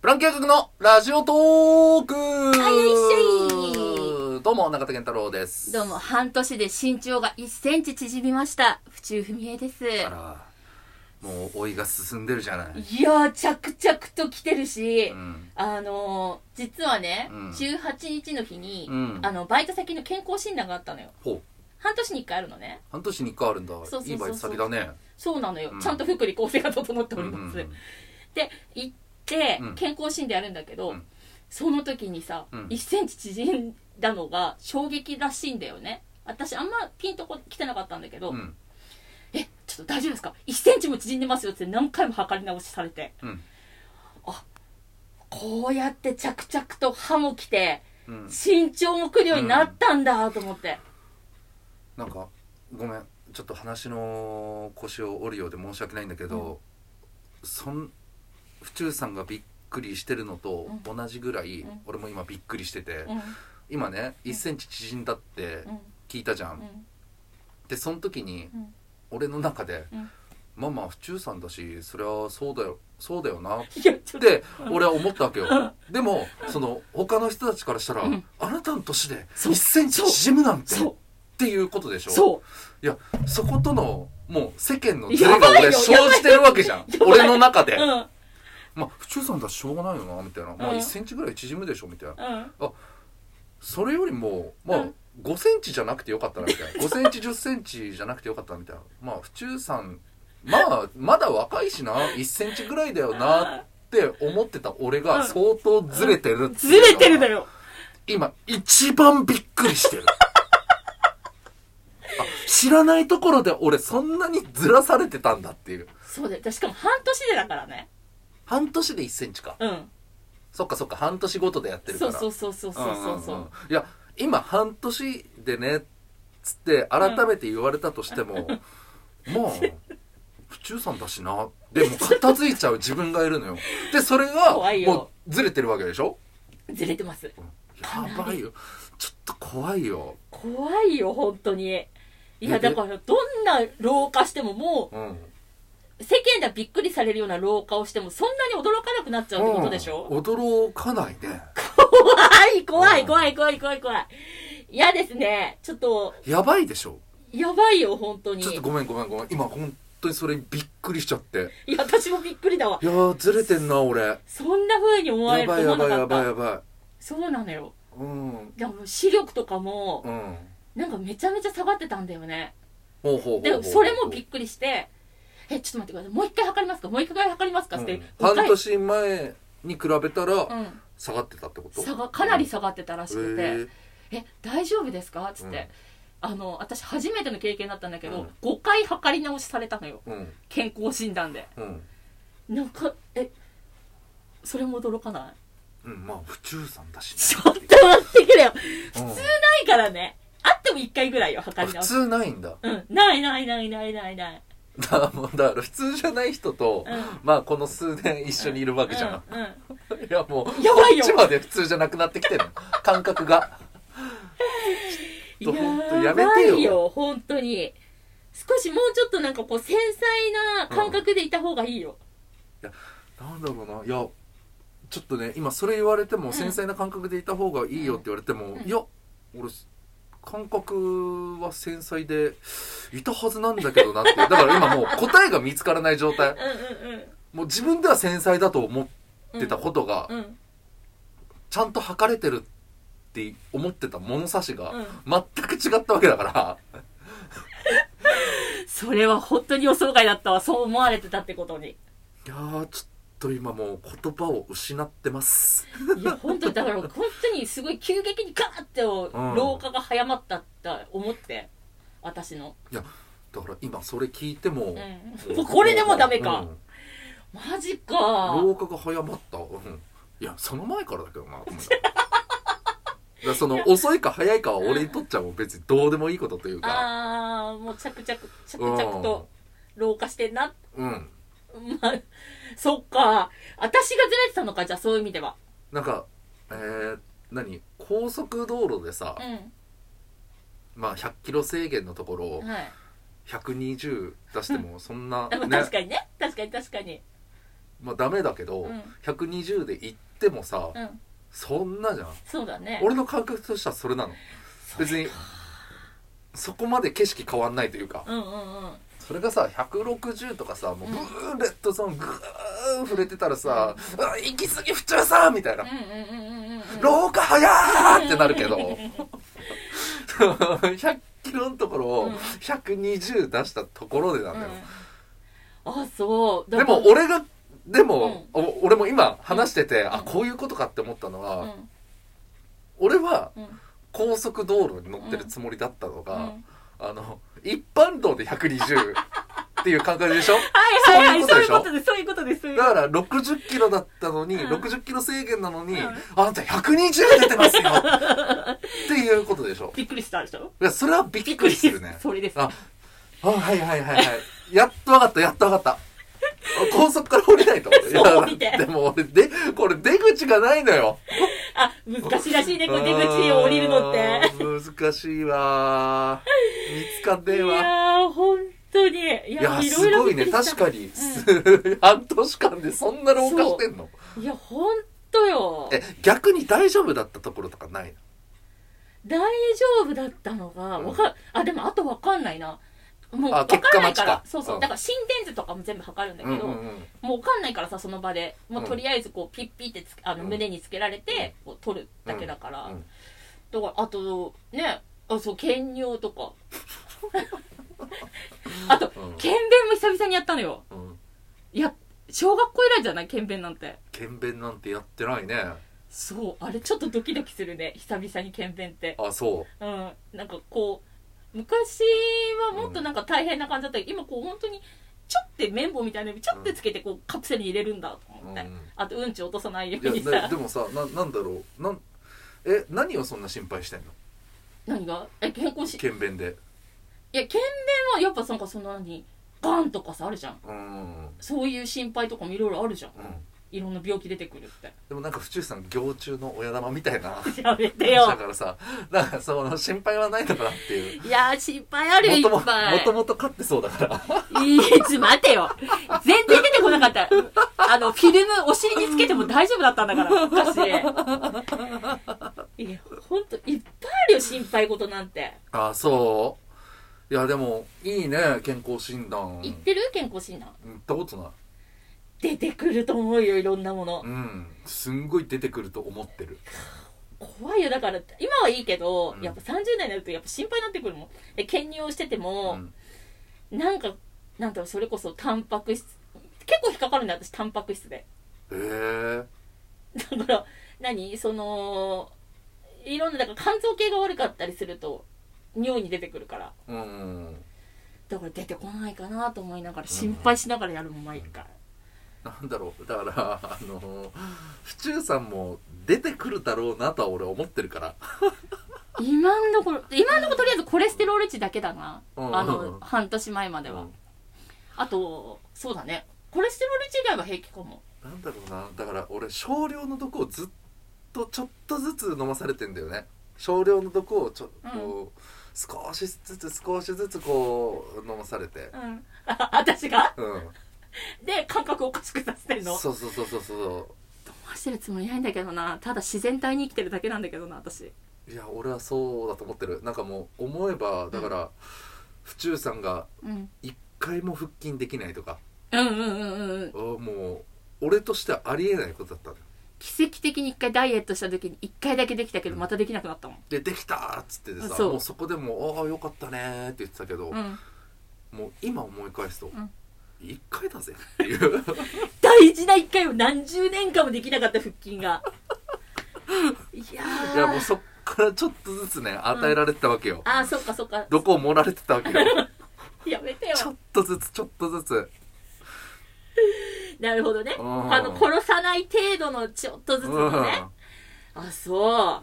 フランケーのラジオトークはいよどうも、中田健太郎です。どうも、半年で身長が1センチ縮みました。府中文江です。あら、もう老いが進んでるじゃない。いやー、着々と来てるし、うん。あのー、実はね、うん18日の日に、うんあの、バイト先の健康診断があったのよ。ほう、半年に1回あるのね。半年に一回あるんだうそう。そういいバイト先だね。そうなのよ。うんちゃんと福利厚生が整っておりうんます。うんで、行ってうん、健康診断やるんだけど、うんその時にさ、うん1センチ縮んだのが衝撃らしいんだよね。私、あんまピンとこ来てなかったんだけど、うん。えちょっと大丈夫ですか1センチも縮んでますよって何回も測り直しされてうん。こうやって着々と歯も来てうん。身長も来るようになったんだと思って、なんか、ごめん。ちょっと話の腰を折るようで申し訳ないんだけど、そん、府中さんがびっくりしてるのと同じぐらい、うん俺も今びっくりしてて、うん今ね、1センチ縮んだってうん聞いたじゃん。で、その時に、うん俺の中で、うんまあまあ府中さんだしそりゃそうだよそうだよなっいやちょっとて俺は思ったわけよでもその他の人たちからしたら、うんあなたの年でそう1センチ縮むなんてそっていうことでしうょそいやそことのもう世間のズレやがばいよ俺生じてるわけじゃんやばい俺の中うで、うんうんまあ府中さんだししょうがないよなみたいな、まあうん1センチぐらい縮むでしょみたいなそれよりもまあ、うん5センチじゃなくてよかったなみ たいな5センチ10センチじゃなくてよかったなみたいなまあ府中さんまあまだ若いしな1センチぐらいだよなって思ってた俺うがん相当ずれてるってずれてるだよよ今一番びっくりしてるあ知らないところで俺そんなにずらされてたんだっていうそうだよしかも半年でだからね半年で1センチかうんそっかそっか半年ごとでやってるかそうらそうそうそうそうそうそんんんういや今半年でねっつって改めて言われたとしても、まあ府中さんだしなでも片付いちゃう自分がいるのよでそれが怖いよもうずれてるわけでしょずれてますやばいよちょっと怖いよ怖いよ本当にいやでだからどんな老化してももううん世間ではびっくりされるような老化をしてもそんなに驚かなくなっちゃうってことでしょ、うん驚かないね怖い怖ういん怖い怖い怖い怖い嫌ですねちょっとやばいでしょやばいよ本当にちょっとごめんごめんごめん今本当にそれにびっくりしちゃっていや私もびっくりだわいやーずれてんな俺やそんな風に思わばれいるとや思ばいわやなばいかっやばたそうなのよいうんでも視力とかもうんなんかめちゃめちゃ下がってたんだよねほうほうほうほうでもそれもびっくりしてえちょっと待ってくださいもう一回測りますかもう一回測りますかって、うん五回半年前に比べたらうん下がってたってこと差がかなり下がってたらしくて、へええ大丈夫ですか?」っつって、うんあの私初めての経験だったんだけうど、ん5回測り直しされたのようん健康診断でうんなんかえそれも驚かない うんまあ府中さんだしね、ちょっと待ってくれようんないからねあっても1回ぐらいよあ測り普直し通ないんだうんないないないないないないだもうだから普通じゃない人と、うんまあこの数年一緒にいるわけじゃん、うんうんいやもうやばいよこっちまで普通じゃなくなってきてる感覚がちょっと本当やめてよやばいよ本当に少しもうちょっとなんかこう繊細な感覚でいた方がいいよ、なんだろうないやちょっとね今それ言われても繊細な感覚でいた方がいいよって言われても、うんいや俺感覚は繊細でいたはずなんだけどなってだから今もう答えが見つからない状態うん、うんうんもう自分では繊細だと思ってたことが、うんうんちゃんと測れてるって思ってた物差しがうん全く違ったわけだから、それは本当に予想外だったわそう思われてたってことにいやーちょっと今もう言葉を失ってますいや本当だから本当にすごい急激にガーって老化が早まったって思って私の、だから今それ聞いても、うん、もうこれでもダメか、うんマジか老化が早まった、うん、いやその前からだけどなと思っただからその遅いか早いかは俺にとっちゃもう別にどうでもいいことというかああもう着々着々と老化してんなうんまあそっか私がずれてたのかじゃあそういう意味ではなんかえー、何高速道路でさ、うまあ100キロ制限のところをんはい120出してもそんな、でもね確かにね確かに確かにまあダメだけど、うん120で行ってもさ、うんそんなじゃんそうだね俺の感覚としてはそれなの別にそこまで景色変わんないというかうんうんうんそれがさ160とかさもうブーレッドゾーングーン触れてたらさ「うわ行き過ぎ不中さん!」みたいなうんうんうんうんうん「廊下早ー!」ってなるけど100キロのところうをん120出したところでなんだよ、うんあそうでも俺がでも、お俺も今話してて、あこういうことかって思ったのは、うん俺はうん高速道路に乗ってるつもりだったのが、うんあの一般道で120っていう感覚でしょはいはいはいそそうういいううここととですそういうことですそういうだことから60キロだったのに、うん60キロ制限なのに、うんあなた120出てますよっていうことでしょびっくりしたでしょいやそれはびっくりするねそれですああはいはいはいはいやっとわかったやっとわかった高速から降りないと思ってそう降りていやでも俺でこれ出口がないのよあ難しいらしいねこう出口を降りるのってあー難しいわー見つかんねえいわやー本当にいやいやいすろいろごびいっくねりした確かに、 半年間でそんな老化してんのいや本当よえ逆に大丈夫だったところとかないの大丈夫だったのがわかあでもあとわかんないなもうあわからないか結果待らちかそうそううんだから心電図とかも全部測るんだけど、うんうんうんもうわかんないからさその場でもううんとりあえずこうピッピってつけあのうん胸につけられてこう取るだけだから、うんだからあとねあそう検尿 とかあとうん検便も久々にやったのようんいや小学校以来じゃない検便なんて検便なんてやってないねそうあれちょっとドキドキするね久々に検便ってあそうんなんかこう昔はもっとなんか大変な感じだったけど、今こう本当にちょって綿棒みたいなのにちょってつけてこうカプセルに入れるんだとう、う思ん、って、あとうんち落とさないようにいさ、やなでもさななんだろうなんえ何をそんな心配してんの何がえ健康しい検便でや検便はやっぱなんかその何がんとかさあるじゃんうん、うん、そういう心配とかもいろいろあるじゃんいろんな病気出てくるってでもなんか府中さん行中の親玉みたいなやめてだよからさなんかその心配はないのかなっていういやー心配あるよいもとっももぱいともと飼ってそうだからいいちょっと待てよ全然出てこなかったあのフィルムお尻につけても大丈夫だったんだから昔いやほんといっぱいあるよ心配事なんてあそういやでもいいね健康診断言ってる健康診断行ったことない出てくると思うよいろんなものうんすんごい出てくると思ってる怖いよだから今はいいけど、うんやっぱ30代になるとやっぱ心配になってくるもんで兼入をしててうも、んなんかなんだろうそれこそタンパク質結構引っかかるんだよ私タンパク質でへえだから何そのいろんなだから肝臓系が悪かったりすると尿に出てくるからうんだから出てこないかなと思いながら心配しながらやるもん毎回、なんだろうだからあの府中さんも出てくるだろうなとは俺思ってるから今んところ今んところとりあえずコレステロール値だけだな、うんあうんの半年前までは、あとそうだねコレステロール値以外は平気かもなんだろうなだから俺少量の毒をずっとちょっとずつ飲まされてんだよね少量の毒をちょっと、こう少しずつ少しずつこう飲まされてうん 私がうんで感覚おかしくさせてんのそうそうそうそうそ騙してるつもりないんだけどなただ自然体に生きてるだけなんだけどな私ういや俺はそうだと思ってるなんかもう思えばだから、府中さんがうん一回も腹筋できないとかうんうんうんうんうんあーもう俺としてはありえないことだったのよ奇跡的に一回ダイエットした時に一回だけできたけどまたできなくなったもんでできたーっつっててさそうもうそこでもう「ああよかったね」って言ってたけど、うんもう今思い返すとん「一、回だぜ」って いう。大事な一回を何十年間もできなかった腹筋がいやーいやもうそっからちょっとずつね与えられてたわけよ、あーそっかそっかどこを盛られてたわけよやめてよちょっとずつちょっとずつなるほどねうんあの殺さない程度のちょっとずつうんのねあそ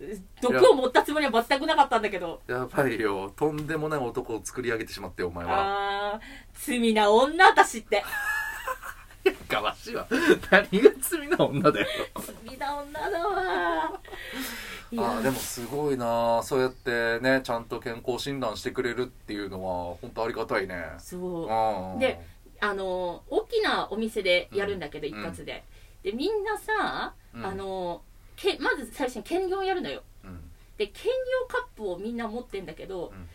う毒を持ったつもりは全くなかったんだけどやばいよとんでもない男を作り上げてしまってお前はあー罪な女 私ってやかわしいわ何が罪な女だよ罪な女だわいやあーでもすごいなそうやってねちゃんと健康診断してくれるっていうのは本当ありがたいねそううんであの大きなお店でやるんだけど、うん一発ででみんなさ、うんあのけまず最初に兼業やるのようんで兼業カップをみんな持ってんだけど、うん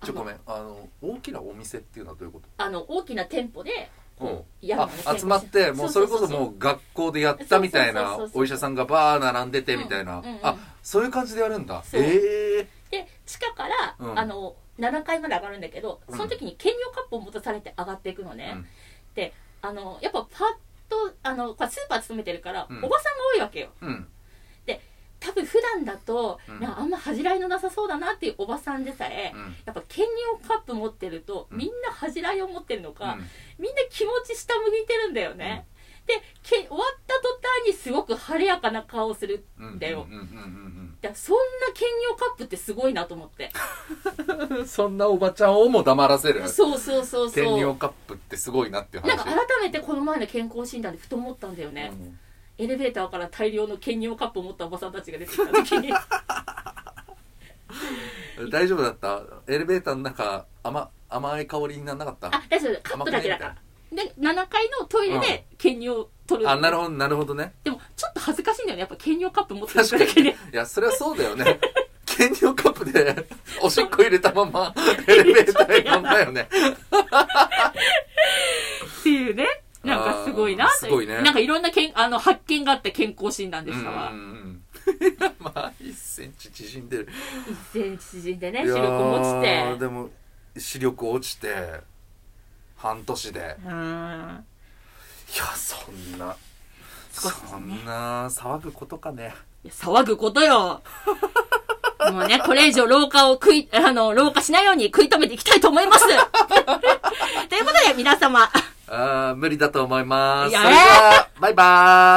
あちょのごめんあの大きなお店っていうのはどういうことあの大きな店舗でこうやるのあね集まってもうそれこそもう学校でやったみたいそうそうなそうそうお医者さんがバー並んでてみたいな、うんうんうんあそういう感じでやるんだそうええで地下から、うんあの7階まで上がるんだけどうんその時に兼業カップを持たされて上がっていくのね、うんであのやっぱパッとあのこれスーパー勤めてるから、うんおばさんが多いわけようん多分普段だと、うんなんかあんま恥じらいのなさそうだなっていうおばさんでさえ、うんやっぱ兼業カップ持ってると、うんみんな恥じらいを持ってるのか、うんみんな気持ち下向いてるんだよね、でけ終わった途端にすごく晴れやかな顔をするんだよ、うんうんうんだからそんな兼業カップってすごいなと思ってうんうんそんなおばちゃんをも黙らせるそうそうそう天そう領カップってすごいなっていうなん話か改めてこの前の健康診断でふと思ったんだよね、うんエレベーターから大量の兼業カップを持ったおばさんたちが出てきた 時に大丈夫だったエレベーターの中甘甘い香りにならなかったあ大丈夫カップだけだからで7階のトイレで兼業を取る、あなるほどなるほどねでもちょっと恥ずかしいんだよねやっぱ兼業カップ持って確るかだけにいでやそれはそうだよ ね兼用カップでおしっこ入れたままエレベーターへ飛んだよねっていうねなんかすごいなあーすごいねなんかいろんなけんあの発見があった健康診断でしたわうんうんうんいやまあ1センチ縮んでる一線縮んでねいや視力ーも落ちてでも視力落ちて半年でいやうんそんな少しねそんな騒ぐことかねいや騒ぐことよ。 もうね、これ以上老化を食い、あの、老化しないように食い止めていきたいと思い ます。ということで、皆様。あー無理だと思いますやそれではバイバーイ